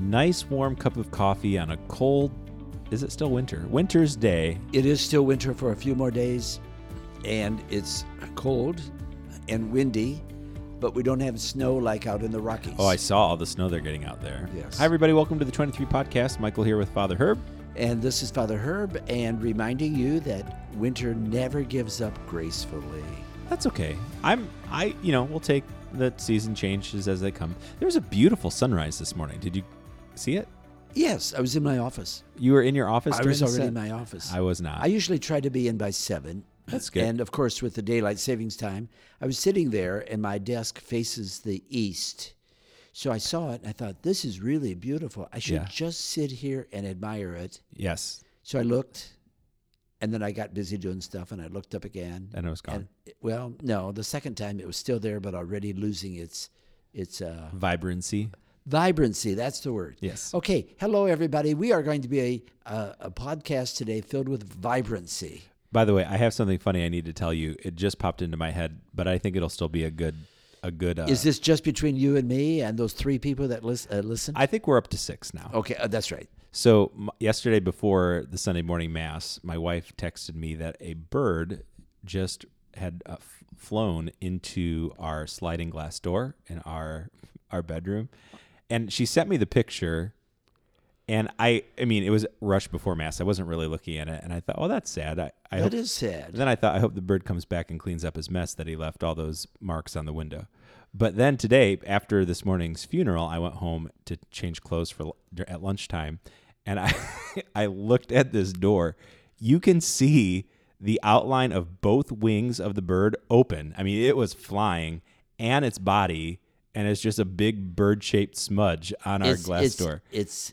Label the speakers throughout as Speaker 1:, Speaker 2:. Speaker 1: nice warm cup of coffee on a cold, is it still winter? Winter's day.
Speaker 2: It is still winter for a few more days, and it's cold and windy, but we don't have snow like out in the Rockies.
Speaker 1: Oh, I saw all the snow they're getting out there.
Speaker 2: Yes.
Speaker 1: Hi, everybody. Welcome to the 23 Podcast. Michael here with Father Herb.
Speaker 2: And this is Father Herb, and reminding you that winter never gives up gracefully.
Speaker 1: That's okay. I'm, I, you know, we'll take the season changes as they come. There was a beautiful sunrise this morning. Did you see it?
Speaker 2: Yes, I was in my office.
Speaker 1: You were in your office
Speaker 2: I
Speaker 1: during
Speaker 2: was
Speaker 1: the
Speaker 2: already
Speaker 1: set?
Speaker 2: in my office.
Speaker 1: I was not.
Speaker 2: I usually try to be in by seven.
Speaker 1: That's good.
Speaker 2: And of course, with the daylight savings time, I was sitting there and my desk faces the east. So I saw it and I thought, this is really beautiful. I should
Speaker 1: Yeah.
Speaker 2: just sit here and admire it.
Speaker 1: yes.
Speaker 2: So I looked and then I got busy doing stuff and I looked up again.
Speaker 1: And it was
Speaker 2: and
Speaker 1: gone.
Speaker 2: it- well, no, the second time it was still there, but already losing its its uh,
Speaker 1: Vibrancy.
Speaker 2: vibrancy. That's the word.
Speaker 1: Yes.
Speaker 2: Okay. Hello, everybody. We are going to be a, a, a podcast today filled with vibrancy.
Speaker 1: By the way, I have something funny I need to tell you. It just popped into my head, but I think it'll still be a good, a good. Uh,
Speaker 2: Is this just between you and me and those three people that lis- uh, listen?
Speaker 1: I think we're up to six now.
Speaker 2: okay, uh, that's right.
Speaker 1: So m- yesterday, before the Sunday morning mass, my wife texted me that a bird just had uh, f- flown into our sliding glass door in our our bedroom, and she sent me the picture. And I, I mean, it was rush before mass. I wasn't really looking at it, and I thought, "Oh, that's sad." I, I hope
Speaker 2: That is sad.
Speaker 1: And then I thought, I hope the bird comes back and cleans up his mess that he left all those marks on the window. But then today, after this morning's funeral, I went home to change clothes for at lunchtime, and I I looked at this door. You can see the outline of both wings of the bird open. I mean, it was flying, and its body, and it's just a big bird-shaped smudge on our
Speaker 2: it's,
Speaker 1: glass
Speaker 2: it's,
Speaker 1: door.
Speaker 2: It's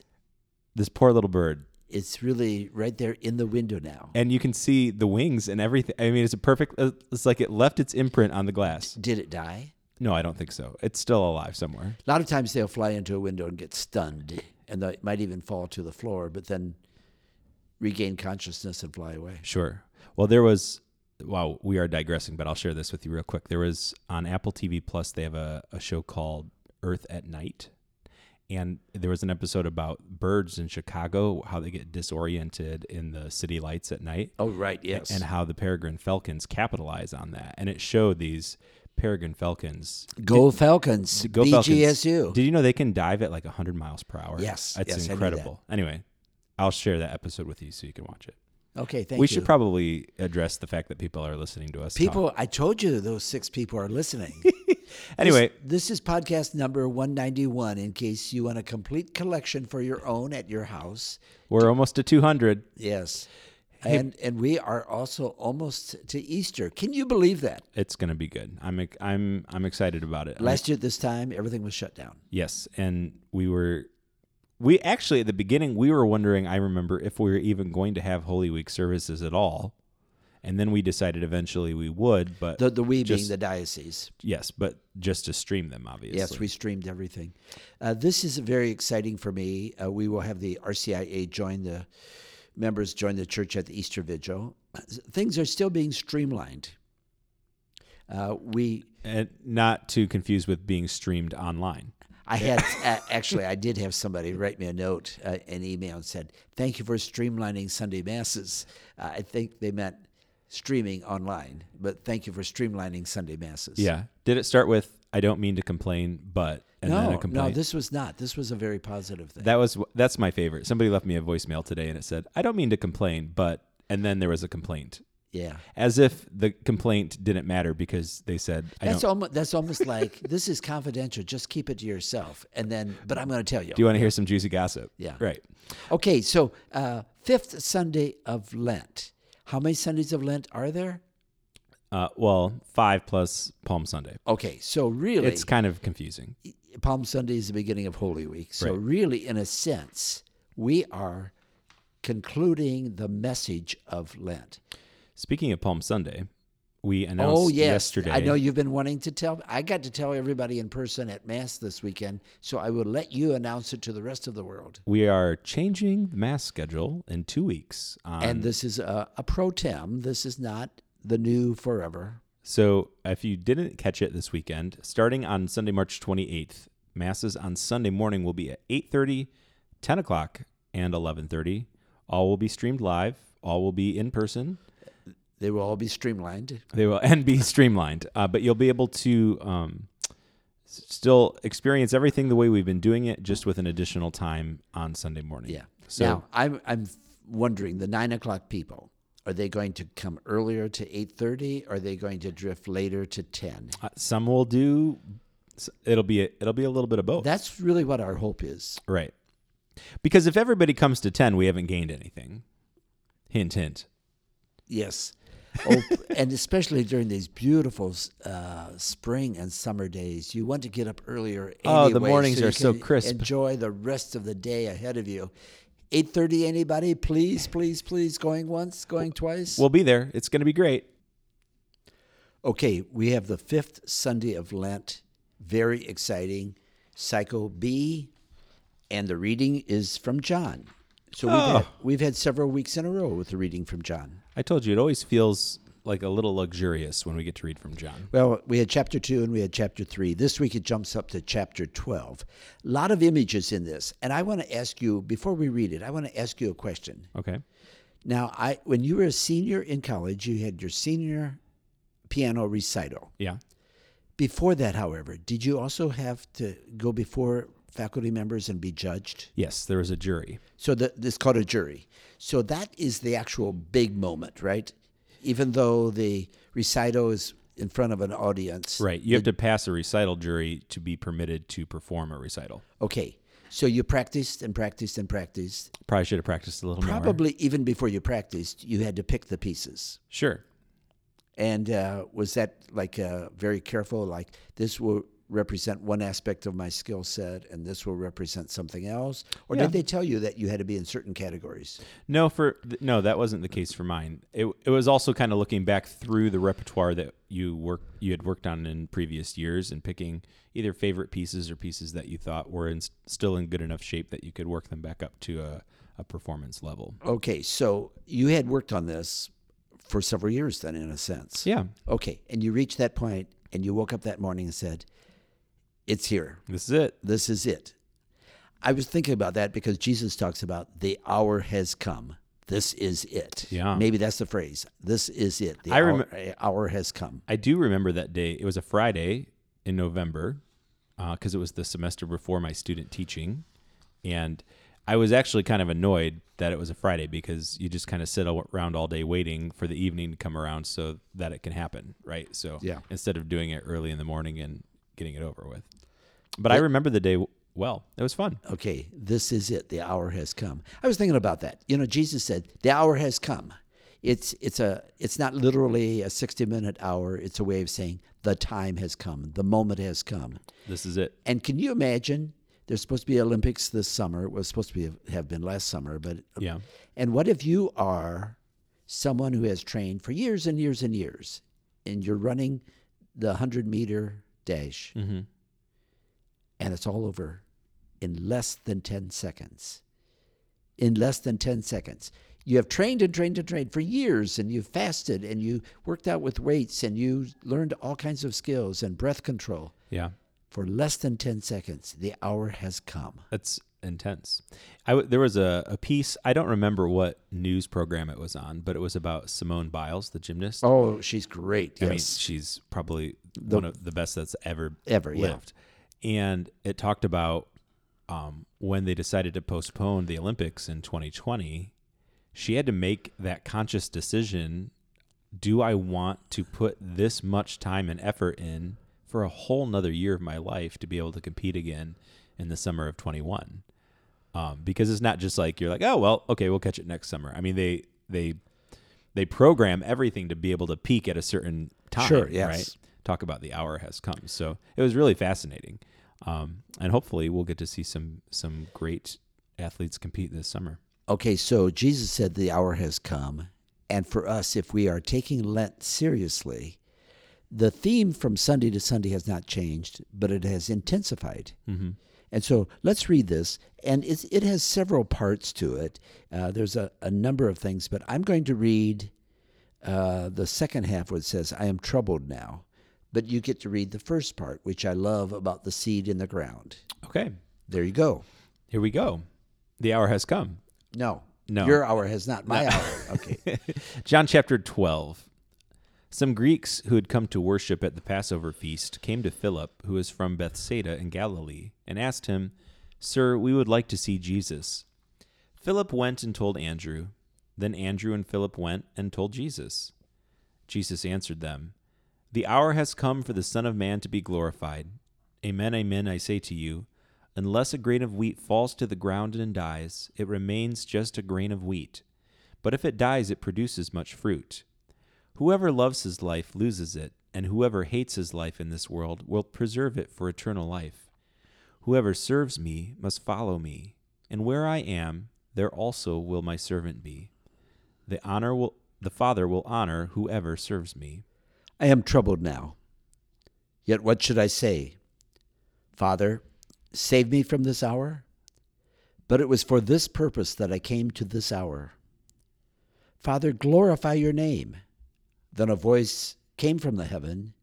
Speaker 1: This poor little bird.
Speaker 2: it's really right there in the window now.
Speaker 1: And you can see the wings and everything. I mean, it's a perfect. uh, It's like it left its imprint on the glass.
Speaker 2: Did it die?
Speaker 1: No, I don't think so. It's still alive somewhere.
Speaker 2: A lot of times they'll fly into a window and get stunned, and they might even fall to the floor, but then regain consciousness and fly away.
Speaker 1: Sure. Well, there was. Wow, we are digressing, but I'll share this with you real quick. There was on Apple TV Plus. They have a, a show called Earth at Night, and there was an episode about birds in Chicago, how they get disoriented in the city lights at night.
Speaker 2: Oh, right. Yes.
Speaker 1: And how the peregrine falcons capitalize on that, and it showed these peregrine falcons.
Speaker 2: go Falcons.
Speaker 1: Go Falcons.
Speaker 2: BGSU.
Speaker 1: Did you know they can dive at like 100 miles per hour? It's
Speaker 2: Yes, yes, I knew that.
Speaker 1: incredible. Anyway, I'll share that episode with you so you can watch it.
Speaker 2: okay, thank
Speaker 1: we
Speaker 2: you.
Speaker 1: should probably address the fact that people are listening to us. talk.
Speaker 2: people, I told you those six people are listening.
Speaker 1: Anyway,
Speaker 2: This is podcast number 191 in case you want a complete collection for your own at your house.
Speaker 1: we're almost to 200.
Speaker 2: Yes. And and we are also almost to Easter. Can you believe that?
Speaker 1: It's going to be good. I'm ex- I'm I'm excited about it. I'm
Speaker 2: Last year at this time, everything was shut down.
Speaker 1: Yes, and we were we actually at the beginning we were wondering, I remember if we were even going to have Holy Week services at all. And then we decided eventually we would, but
Speaker 2: The the we being
Speaker 1: Just-
Speaker 2: the diocese.
Speaker 1: yes, but just to stream them obviously.
Speaker 2: Yes, we streamed everything. Uh, this is very exciting for me. Uh, we will have the RCIA join the members join the church at the Easter Vigil. Uh, Things are still being streamlined. Uh, we
Speaker 1: and not to confuse with being streamed online.
Speaker 2: I had uh, actually, I did have somebody write me a note, uh, an email, and said, "Thank you for streamlining Sunday masses." Uh, I think they meant streaming online, but thank you for streamlining Sunday masses.
Speaker 1: Yeah. Did it start with I don't mean to complain, but and then a
Speaker 2: no,
Speaker 1: complaint?
Speaker 2: no, this was not. This was a very positive thing.
Speaker 1: That was that's my favorite. Somebody left me a voicemail today and it said, "I don't mean to complain, but," and then there was a complaint,
Speaker 2: yeah,
Speaker 1: as if the complaint didn't matter because they said, "I
Speaker 2: that's
Speaker 1: don't."
Speaker 2: almost that's almost like this is confidential. Just keep it to yourself, and then. But I'm going to tell you.
Speaker 1: Do you want to hear some juicy gossip?
Speaker 2: Yeah.
Speaker 1: Right.
Speaker 2: okay, so uh, fifth Sunday of Lent. How many Sundays of Lent are there?
Speaker 1: Uh, well, five plus Palm Sunday.
Speaker 2: Okay, so really,
Speaker 1: It's kind of confusing.
Speaker 2: Palm Sunday is the beginning of Holy Week. So,
Speaker 1: Right.
Speaker 2: really, in a sense, we are concluding the message of Lent.
Speaker 1: Speaking of Palm Sunday, we announced
Speaker 2: oh, yes.
Speaker 1: yesterday.
Speaker 2: I know you've been wanting to tell. I got to tell everybody in person at Mass this weekend. So, I will let you announce it to the rest of the world.
Speaker 1: we are changing the mass schedule in two weeks. On,
Speaker 2: and this is a, a pro tem. This is not the new forever.
Speaker 1: So, if you didn't catch it this weekend, starting on Sunday, March 28th, masses on Sunday morning will be at 8:30, 10 o'clock and 11.30 all will be streamed live all will be in person
Speaker 2: They will all be streamlined.
Speaker 1: they will and be streamlined uh, but you'll be able to um, s- still experience everything the way we've been doing it just with an additional time on sunday morning
Speaker 2: Yeah.
Speaker 1: so
Speaker 2: now I'm I'm wondering the nine o'clock people are they going to come earlier to eight thirty? Are they going to drift later to ten?
Speaker 1: uh, some will do s- it'll be a, it'll be a little bit of both
Speaker 2: That's really what our hope is.
Speaker 1: right because if everybody comes to 10 we haven't gained anything hint hint
Speaker 2: Yes. oh, and especially during these beautiful uh, spring and summer days, you want to get up earlier.
Speaker 1: Oh, the
Speaker 2: anyway
Speaker 1: mornings
Speaker 2: you
Speaker 1: are so
Speaker 2: can
Speaker 1: crisp.
Speaker 2: Enjoy the rest of the day ahead of you. Eight thirty, anybody? Please, please, please. Going once, going twice.
Speaker 1: we'll be there it's going to be great
Speaker 2: Okay, we have the fifth Sunday of Lent. Very exciting. Psycho B, and the reading is from John. So we've, had, we've had several weeks in a row with the reading from John.
Speaker 1: i told you it always feels like a little luxurious when we get to read from john
Speaker 2: Well, we had chapter two and we had chapter three. This week it jumps up to chapter 12. A lot of images in this. And I want to ask you, before we read it, I want to ask you a question.
Speaker 1: okay
Speaker 2: Now, I, when you were a senior in college, you had your senior piano recital.
Speaker 1: yeah
Speaker 2: Before that, however, did you also have to go before faculty members and be judged?
Speaker 1: yes there was a jury
Speaker 2: So the, it's called a jury. So that is the actual big moment, right? Even though the recital is in front of an audience.
Speaker 1: Right. You have to pass a recital jury to be permitted to perform a recital.
Speaker 2: Okay. So you practiced and practiced and practiced.
Speaker 1: Probably should have practiced a little more.
Speaker 2: Probably even before you practiced, you had to pick the pieces.
Speaker 1: Sure.
Speaker 2: And uh, was that like uh, very careful? Like this will represent one aspect of my skill set, and this will represent something else. Or
Speaker 1: Yeah.
Speaker 2: did they tell you that you had to be in certain categories?
Speaker 1: No, for th- no, that wasn't the case for mine. It it was also kind of looking back through the repertoire that you work you had worked on in previous years and picking either favorite pieces or pieces that you thought were in, still in good enough shape that you could work them back up to a, a performance level.
Speaker 2: Okay, so you had worked on this for several years, then, in a sense.
Speaker 1: Yeah.
Speaker 2: Okay, and you reached that point, and you woke up that morning and said, "It's here."
Speaker 1: This is it.
Speaker 2: this is it. I was thinking about that because Jesus talks about the hour has come. This is it.
Speaker 1: Yeah.
Speaker 2: Maybe that's the phrase. This is it. The
Speaker 1: I
Speaker 2: hour, eh,
Speaker 1: remem-
Speaker 2: hour has come.
Speaker 1: I do remember that day. It was a Friday in November because it was the semester before my student teaching. And I was actually kind of annoyed that it was a Friday because you just kind of sit al- around all day waiting for the evening to come around so that it can happen. Right. So
Speaker 2: Yeah.
Speaker 1: instead of doing it early in the morning and getting it over with. But I remember the day w- well. It was fun.
Speaker 2: Okay, this is it. The hour has come. I was thinking about that. You know, Jesus said, "The hour has come." It's it's a it's not literally a 60-minute hour. It's a way of saying the time has come. The moment has come.
Speaker 1: This is it.
Speaker 2: And can you imagine? There's supposed to be Olympics this summer. It was supposed to be have been last summer, but
Speaker 1: Yeah.
Speaker 2: And what if you are someone who has trained for years and years and years, and you're running the 100 meter dash,
Speaker 1: hmm
Speaker 2: and it's all over in less than 10 seconds? In less than 10 seconds. You have trained and trained and trained for years, and you fasted, and you worked out with weights, and you learned all kinds of skills and breath control.
Speaker 1: Yeah.
Speaker 2: For less than 10 seconds, the hour has come.
Speaker 1: That's intense. I w- there was a, a piece I don't remember what news program it was on, but it was about Simone Biles, the gymnast.
Speaker 2: Oh, she's great.
Speaker 1: I
Speaker 2: Yes.
Speaker 1: mean, she's probably one of the best that's ever
Speaker 2: Ever, yeah.
Speaker 1: lived. And it talked about um, when they decided to postpone the Olympics in 2020. She had to make that conscious decision: Do I want to put this much time and effort in for a whole another year of my life to be able to compete again in the summer of 21? um, because it's not just like you're like oh well okay we'll catch it next summer i mean they they they program everything to be able to peak at a certain time
Speaker 2: Sure, yes.
Speaker 1: right talk about the hour has come so it was really fascinating um, and hopefully we'll get to see some some great athletes compete this summer
Speaker 2: Okay, so Jesus said the hour has come. And for us, if we are taking Lent seriously, the theme from Sunday to Sunday has not changed, but it has intensified. Mm-hmm. And so let's read this. And it's, it has several parts to it. Uh, there's a, a number of things, but I'm going to read uh, the second half where it says, I am troubled now. But you get to read the first part, which I love about the seed in the ground.
Speaker 1: okay
Speaker 2: There you go.
Speaker 1: here we go The hour has come.
Speaker 2: No.
Speaker 1: No.
Speaker 2: Your hour has not. My hour. Okay.
Speaker 1: John chapter 12. Some Greeks who had come to worship at the Passover feast came to Philip, who was from Bethsaida in Galilee, and asked him, Sir, we would like to see Jesus. Philip went and told Andrew. Then Andrew and Philip went and told Jesus. Jesus answered them, The hour has come for the Son of Man to be glorified. Amen, amen, I say to you, unless a grain of wheat falls to the ground and dies, it remains just a grain of wheat. But if it dies, it produces much fruit. Whoever loves his life loses it, and whoever hates his life in this world will preserve it for eternal life. Whoever serves me must follow me, and where I am, there also will my servant be. The honor will the Father will honor whoever serves me.
Speaker 2: I am troubled now. Yet what should I say? Father, save me from this hour? But it was for this purpose that I came to this hour. Father, glorify your name. Then a voice came from the heaven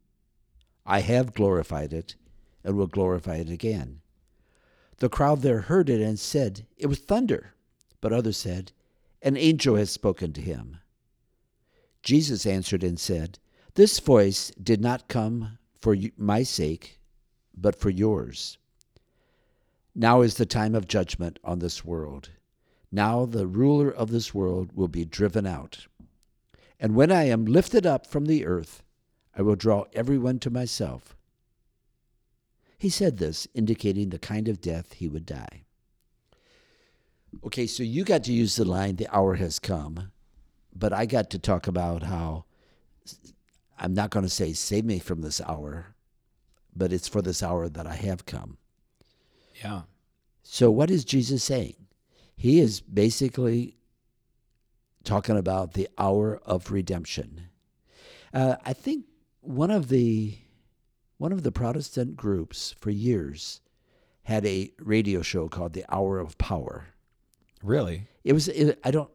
Speaker 2: I have glorified it and will glorify it again. The crowd there heard it and said, It was thunder. But others said, An angel has spoken to him. Jesus answered and said, This voice did not come for you- my sake, but for yours. Now is the time of judgment on this world. Now the ruler of this world will be driven out. And when I am lifted up from the earth, I will draw everyone to myself. He said this, indicating the kind of death he would die. Okay, so you got to use the line, the hour has come, but I got to talk about how I'm not going to say, save me from this hour, but it's for this hour that I have come.
Speaker 1: Yeah.
Speaker 2: So, what is Jesus saying? He is basically talking about the hour of redemption. Uh, I think one of the one of the Protestant groups for years had a radio show called The Hour of Power.
Speaker 1: Really?
Speaker 2: It was it, I don't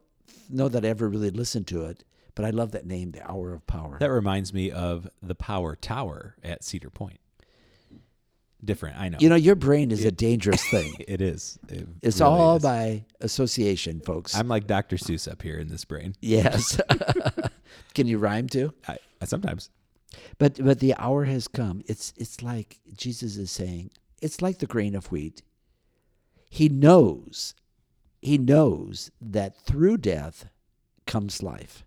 Speaker 2: know that I ever really listened to it, but I love that name, The Hour of Power.
Speaker 1: That reminds me of the Power Tower at Cedar Point. Different, I know.
Speaker 2: you know, your brain is a dangerous thing.
Speaker 1: it is. It
Speaker 2: It's
Speaker 1: really
Speaker 2: all
Speaker 1: is.
Speaker 2: by association, folks.
Speaker 1: I'm like Dr. Seuss up here in this brain.
Speaker 2: yes. Can you rhyme too?
Speaker 1: I, I sometimes.
Speaker 2: But but the hour has come. It's it's like Jesus is saying, it's like the grain of wheat. He knows, he knows that through death comes life.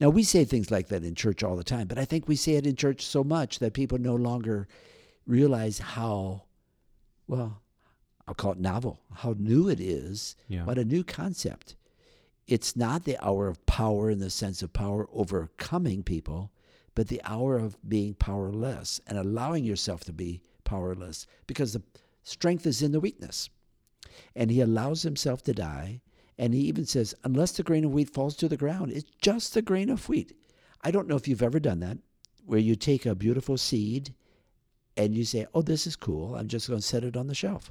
Speaker 2: Now we say things like that in church all the time, but I think we say it in church so much that people no longer realize how well I'll call it novel, how new it is.
Speaker 1: Yeah.
Speaker 2: What a new concept. It's not the hour of power in the sense of power overcoming people, but the hour of being powerless and allowing yourself to be powerless because the strength is in the weakness. And he allows himself to die. And he even says, unless the grain of wheat falls to the ground, it's just a grain of wheat. I don't know if you've ever done that, where you take a beautiful seed and you say, oh, this is cool. I'm just going to set it on the shelf.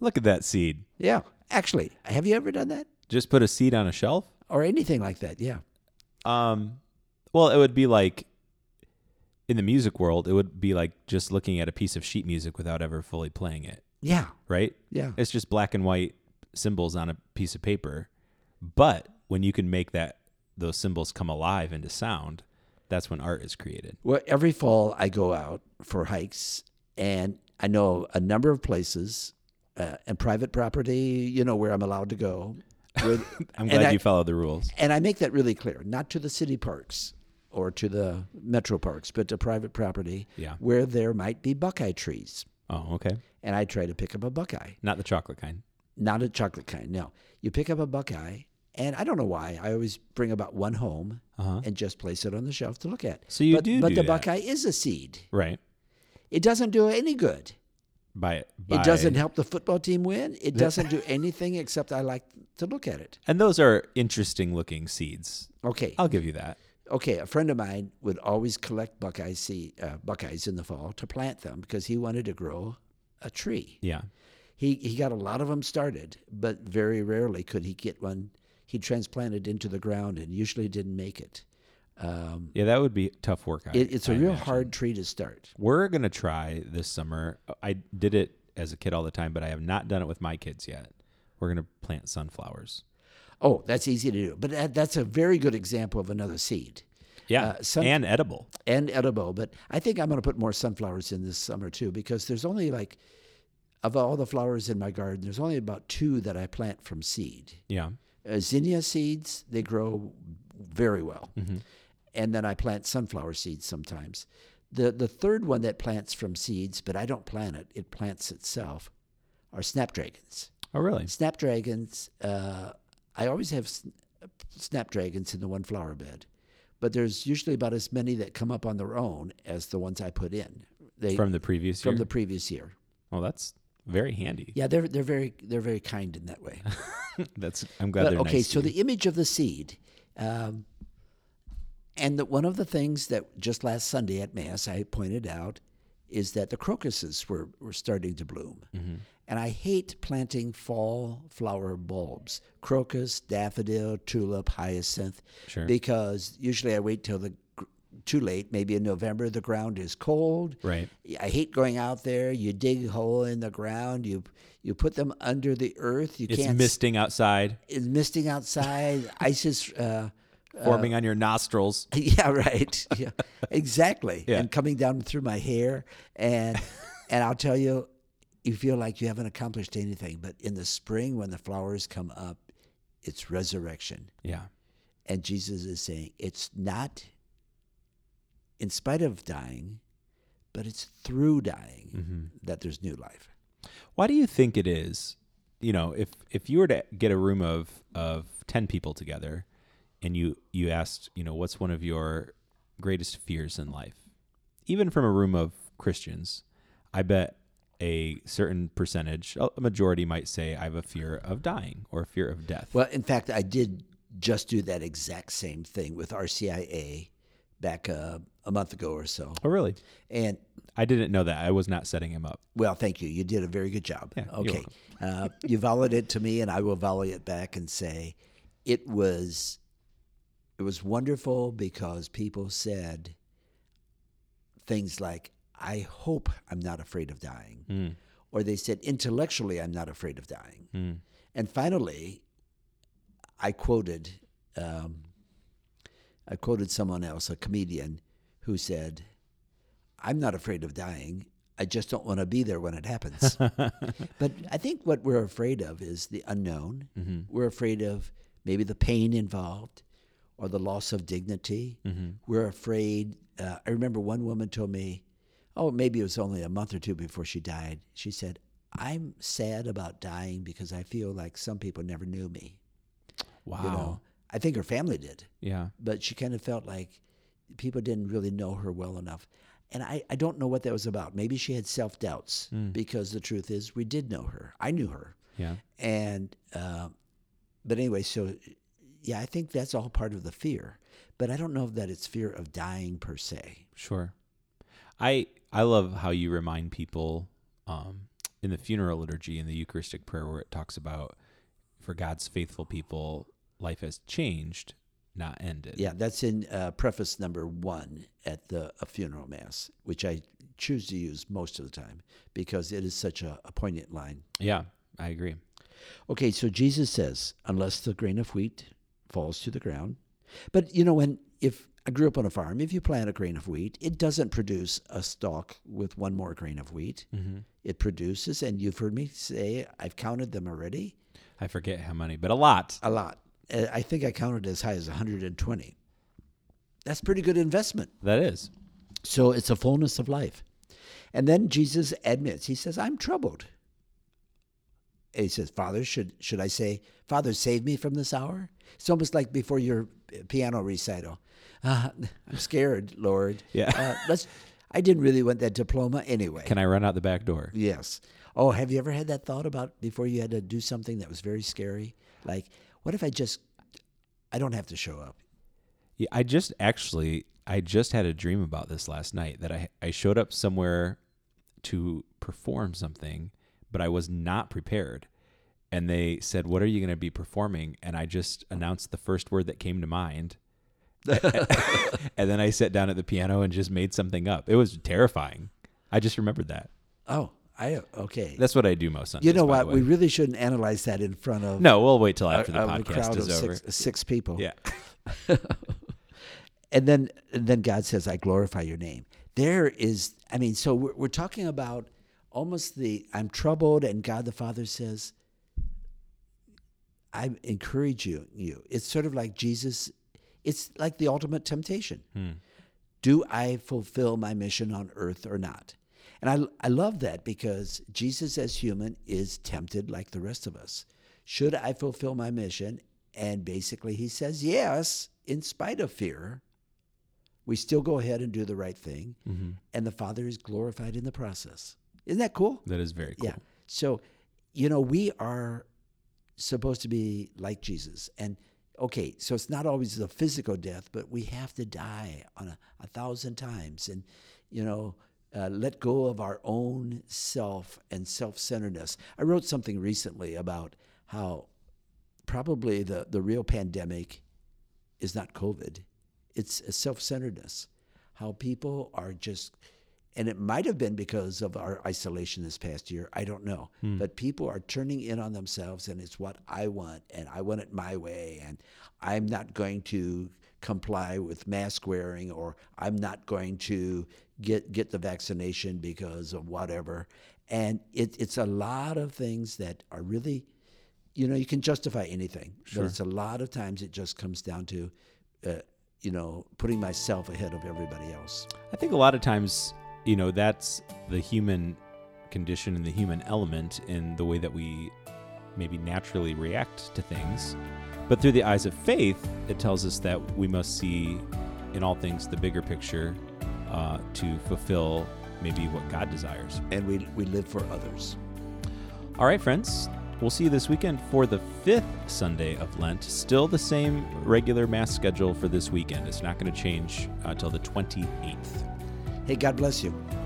Speaker 1: Look at that seed.
Speaker 2: Yeah. Actually, have you ever done that?
Speaker 1: Just put a seed on a shelf.
Speaker 2: Or anything like that? Yeah.
Speaker 1: Um, well, it would be like in the music world, it would be like just looking at a piece of sheet music without ever fully playing it,
Speaker 2: Yeah.
Speaker 1: right?
Speaker 2: Yeah.
Speaker 1: It's just black and white symbols on a piece of paper. But when you can make that those symbols come alive into sound, that's when art is created.
Speaker 2: Well, every fall I go out for hikes, and I know a number of places uh, and private property, you know, where I'm allowed to go. where-
Speaker 1: I'm
Speaker 2: and
Speaker 1: glad
Speaker 2: I-
Speaker 1: you followed the rules.
Speaker 2: And I make that really clear, not to the city parks or to the metro parks, but to private property
Speaker 1: Yeah.
Speaker 2: where there might be buckeye trees.
Speaker 1: Oh, okay.
Speaker 2: And I try to pick up a buckeye.
Speaker 1: Not the chocolate kind.
Speaker 2: not a chocolate kind. No, you pick up a Buckeye, and I don't know why I always bring about one home
Speaker 1: Uh-huh.
Speaker 2: and just place it on the shelf to look at.
Speaker 1: So you
Speaker 2: but,
Speaker 1: do
Speaker 2: but
Speaker 1: do
Speaker 2: the
Speaker 1: that.
Speaker 2: Buckeye is a seed.
Speaker 1: Right.
Speaker 2: It doesn't do any good.
Speaker 1: By
Speaker 2: It
Speaker 1: by-
Speaker 2: doesn't help the football team win. It doesn't do anything except I like to look at it.
Speaker 1: And those are interesting looking seeds.
Speaker 2: Okay,
Speaker 1: I'll give you that.
Speaker 2: okay. A friend of mine would always collect Buckeye seed, uh, Buckeyes in the fall to plant them because he wanted to grow a tree.
Speaker 1: Yeah.
Speaker 2: He he got a lot of them started, but very rarely could he get one. He transplanted into the ground and usually didn't make it. Um,
Speaker 1: Yeah, that would be tough work. I-
Speaker 2: it it's a
Speaker 1: I
Speaker 2: real
Speaker 1: imagine.
Speaker 2: hard tree to start.
Speaker 1: We're gonna try this summer. I did it as a kid all the time, but I have not done it with my kids yet. we're going to plant sunflowers.
Speaker 2: Oh, that's easy to do. But that, that's a very good example of another seed
Speaker 1: Yeah.
Speaker 2: Uh, sun-
Speaker 1: and edible.
Speaker 2: and edible. But I think I'm going to put more sunflowers in this summer too, because there's only like, of all the flowers in my garden, there's only about two that I plant from seed.
Speaker 1: Yeah.
Speaker 2: Uh, zinnia seeds, they grow very well. And then I plant sunflower seeds sometimes. The, the third one that plants from seeds, but I don't plant it, it plants itself, are snapdragons.
Speaker 1: Oh, really?
Speaker 2: Snapdragons, uh, I always have s- snapdragons in the one flower bed, but there's usually about as many that come up on their own as the ones I put in. They
Speaker 1: From the previous
Speaker 2: from
Speaker 1: year.
Speaker 2: the previous year.
Speaker 1: oh, that's very handy.
Speaker 2: Yeah, they're they're very they're very kind in that way.
Speaker 1: That's. I'm glad
Speaker 2: But,
Speaker 1: they're
Speaker 2: okay,
Speaker 1: nice
Speaker 2: so
Speaker 1: to you.
Speaker 2: the image of the seed, um, and that one of the things that just last Sunday at Mass I pointed out is that the crocuses were, were starting to bloom,
Speaker 1: Mm-hmm.
Speaker 2: and I hate planting fall flower bulbs: crocus, daffodil, tulip, hyacinth,
Speaker 1: Sure.
Speaker 2: because usually I wait till the gr- too late, maybe in November. The ground is cold.
Speaker 1: right.
Speaker 2: I hate going out there. You dig a hole in the ground. You you put them under the earth. You
Speaker 1: It's
Speaker 2: can't
Speaker 1: misting outside,
Speaker 2: it's misting outside, ice is, uh,
Speaker 1: forming on your nostrils.
Speaker 2: yeah, right, yeah, exactly,
Speaker 1: Yeah.
Speaker 2: and coming down through my hair, and and I'll tell you, you feel like you haven't accomplished anything, but in the spring when the flowers come up, it's resurrection,
Speaker 1: Yeah.
Speaker 2: and Jesus is saying it's not, in spite of dying, but it's through dying that there's new life.
Speaker 1: Why do you think it is? You know, if if you were to get a room of of ten people together, and you you asked, you know, what's one of your greatest fears in life, even from a room of Christians, I bet a certain percentage, a majority, might say, I have a fear of dying or a fear of death.
Speaker 2: Well, in fact, I did just do that exact same thing with RCIA back uh, a month ago or so.
Speaker 1: oh, really?
Speaker 2: And
Speaker 1: I didn't know that. I was not setting him up.
Speaker 2: well, thank you. You did a very good job.
Speaker 1: you're
Speaker 2: okay. Uh, you volleyed it to me, and I will volley it back and say it was it was wonderful because people said things like, "I hope I'm not afraid of dying," or they said, "Intellectually, I'm not afraid of dying." And finally, I quoted um, I quoted someone else, a comedian, who said, "I'm not afraid of dying. I just don't want to be there when it happens." but I think what we're afraid of is the unknown. We're afraid of maybe the pain involved or the loss of dignity. We're afraid. Uh, I remember one woman told me, "Oh, maybe it was only a month or two before she died." She said. I'm sad about dying because I feel like some people never knew me
Speaker 1: Wow.
Speaker 2: you know i think her family did
Speaker 1: Yeah.
Speaker 2: but she kind of felt like people didn't really know her well enough and i, I don't know what that was about maybe she had self-doubts because the truth is we did know her i knew her
Speaker 1: Yeah.
Speaker 2: and uh, but anyway so yeah i think that's all part of the fear but i don't know that it's fear of dying per se
Speaker 1: Sure. I I love how you remind people um, in the funeral liturgy in the Eucharistic prayer where it talks about for God's faithful people, life has changed, not ended.
Speaker 2: yeah that's in uh, preface number one at the a funeral mass which i choose to use most of the time because it is such a, a poignant line
Speaker 1: Yeah, I agree.
Speaker 2: Okay, so Jesus says, unless the grain of wheat falls to the ground. But you know, when if I grew up on a farm, if you plant a grain of wheat, it doesn't produce a stalk with one more grain of wheat. It produces, and you've heard me say, I've counted them already,
Speaker 1: I forget how many, but a lot.
Speaker 2: a lot. Uh, I think I counted as high as 120. That's pretty good investment.
Speaker 1: That is.
Speaker 2: So it's a fullness of life. And then Jesus admits, he says, I'm troubled. And he says, Father, should, should I say, Father, save me from this hour? It's almost like before your piano recital. Uh, I'm scared, Lord.
Speaker 1: Yeah.
Speaker 2: Uh, let's, I didn't really want that diploma anyway.
Speaker 1: Can I run out the back door?
Speaker 2: yes. Oh, have you ever had that thought about before you had to do something that was very scary? Like, what if I just, I don't have to show up?
Speaker 1: Yeah, I just actually I just had a dream about this last night that I I showed up somewhere to perform something, but I was not prepared. And they said, "What are you going to be performing?" And I just announced the first word that came to mind. and then I sat down at the piano and just made something up. It was terrifying. I just remembered that.
Speaker 2: Oh, I okay.
Speaker 1: That's what I do most Sundays.
Speaker 2: you know
Speaker 1: by the
Speaker 2: what? We
Speaker 1: way.
Speaker 2: really shouldn't analyze that in front of
Speaker 1: no, we'll wait till
Speaker 2: a,
Speaker 1: after the
Speaker 2: of Uh, a
Speaker 1: podcast
Speaker 2: crowd
Speaker 1: is
Speaker 2: of
Speaker 1: over.
Speaker 2: Six, six people.
Speaker 1: Yeah.
Speaker 2: and then and then God says, "I glorify your name." There is, I mean, so we're, we're talking about almost the I'm troubled, and God the Father says, "I encourage you." You, it's sort of like Jesus. It's like the ultimate temptation. Do I fulfill my mission on earth or not? And I, I love that because Jesus, as human, is tempted like the rest of us. Should I fulfill my mission? And basically, he says yes, in spite of fear. We still go ahead and do the right thing, and the Father is glorified in the process. Isn't that cool?
Speaker 1: That is very cool.
Speaker 2: Yeah. So, you know, we are supposed to be like Jesus. And okay, so it's not always the physical death, but we have to die on a, a thousand times and, you know, uh, let go of our own self and self centeredness. I wrote something recently about how probably the, the real pandemic is not COVID. It's a self-centeredness. How people are just, and it might have been because of our isolation this past year. I don't know, but people are turning in on themselves, and it's what I want, and I want it my way, and I'm not going to comply with mask wearing, or I'm not going to get get the vaccination because of whatever. And it, it's a lot of things that are really you know, you can justify anything, but it's a lot of times it just comes down to, uh, you know, putting myself ahead of everybody else.
Speaker 1: I think a lot of times, you know, that's the human condition and the human element in the way that we maybe naturally react to things. But through the eyes of faith, it tells us that we must see in all things the bigger picture uh, to fulfill maybe what God desires.
Speaker 2: And we, we live for others.
Speaker 1: All right, friends. We'll see you this weekend for the fifth Sunday of Lent. Still the same regular Mass uh, schedule for this weekend. It's not going to change until the 28th.
Speaker 2: Hey, God bless you.